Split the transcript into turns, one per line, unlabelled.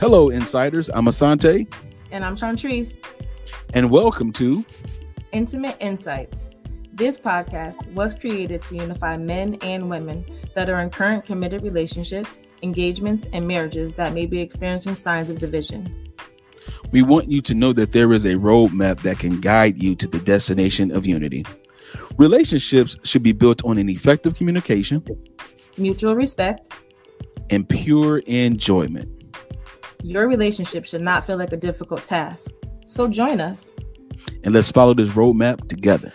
Hello, insiders. I'm Asante,
And I'm Chantrice,
and welcome to
Intimate Insights. This podcast was created to unify men and women that are in current committed relationships, engagements, and marriages that may be experiencing signs of division.
We Want You to Know That There Is a Roadmap That Can Guide You to the Destination of Unity. Relationships should be built on an effective communication
Mutual respect.
and pure enjoyment.
Your relationship should not feel like a difficult task. So join us.
And let's follow this roadmap together.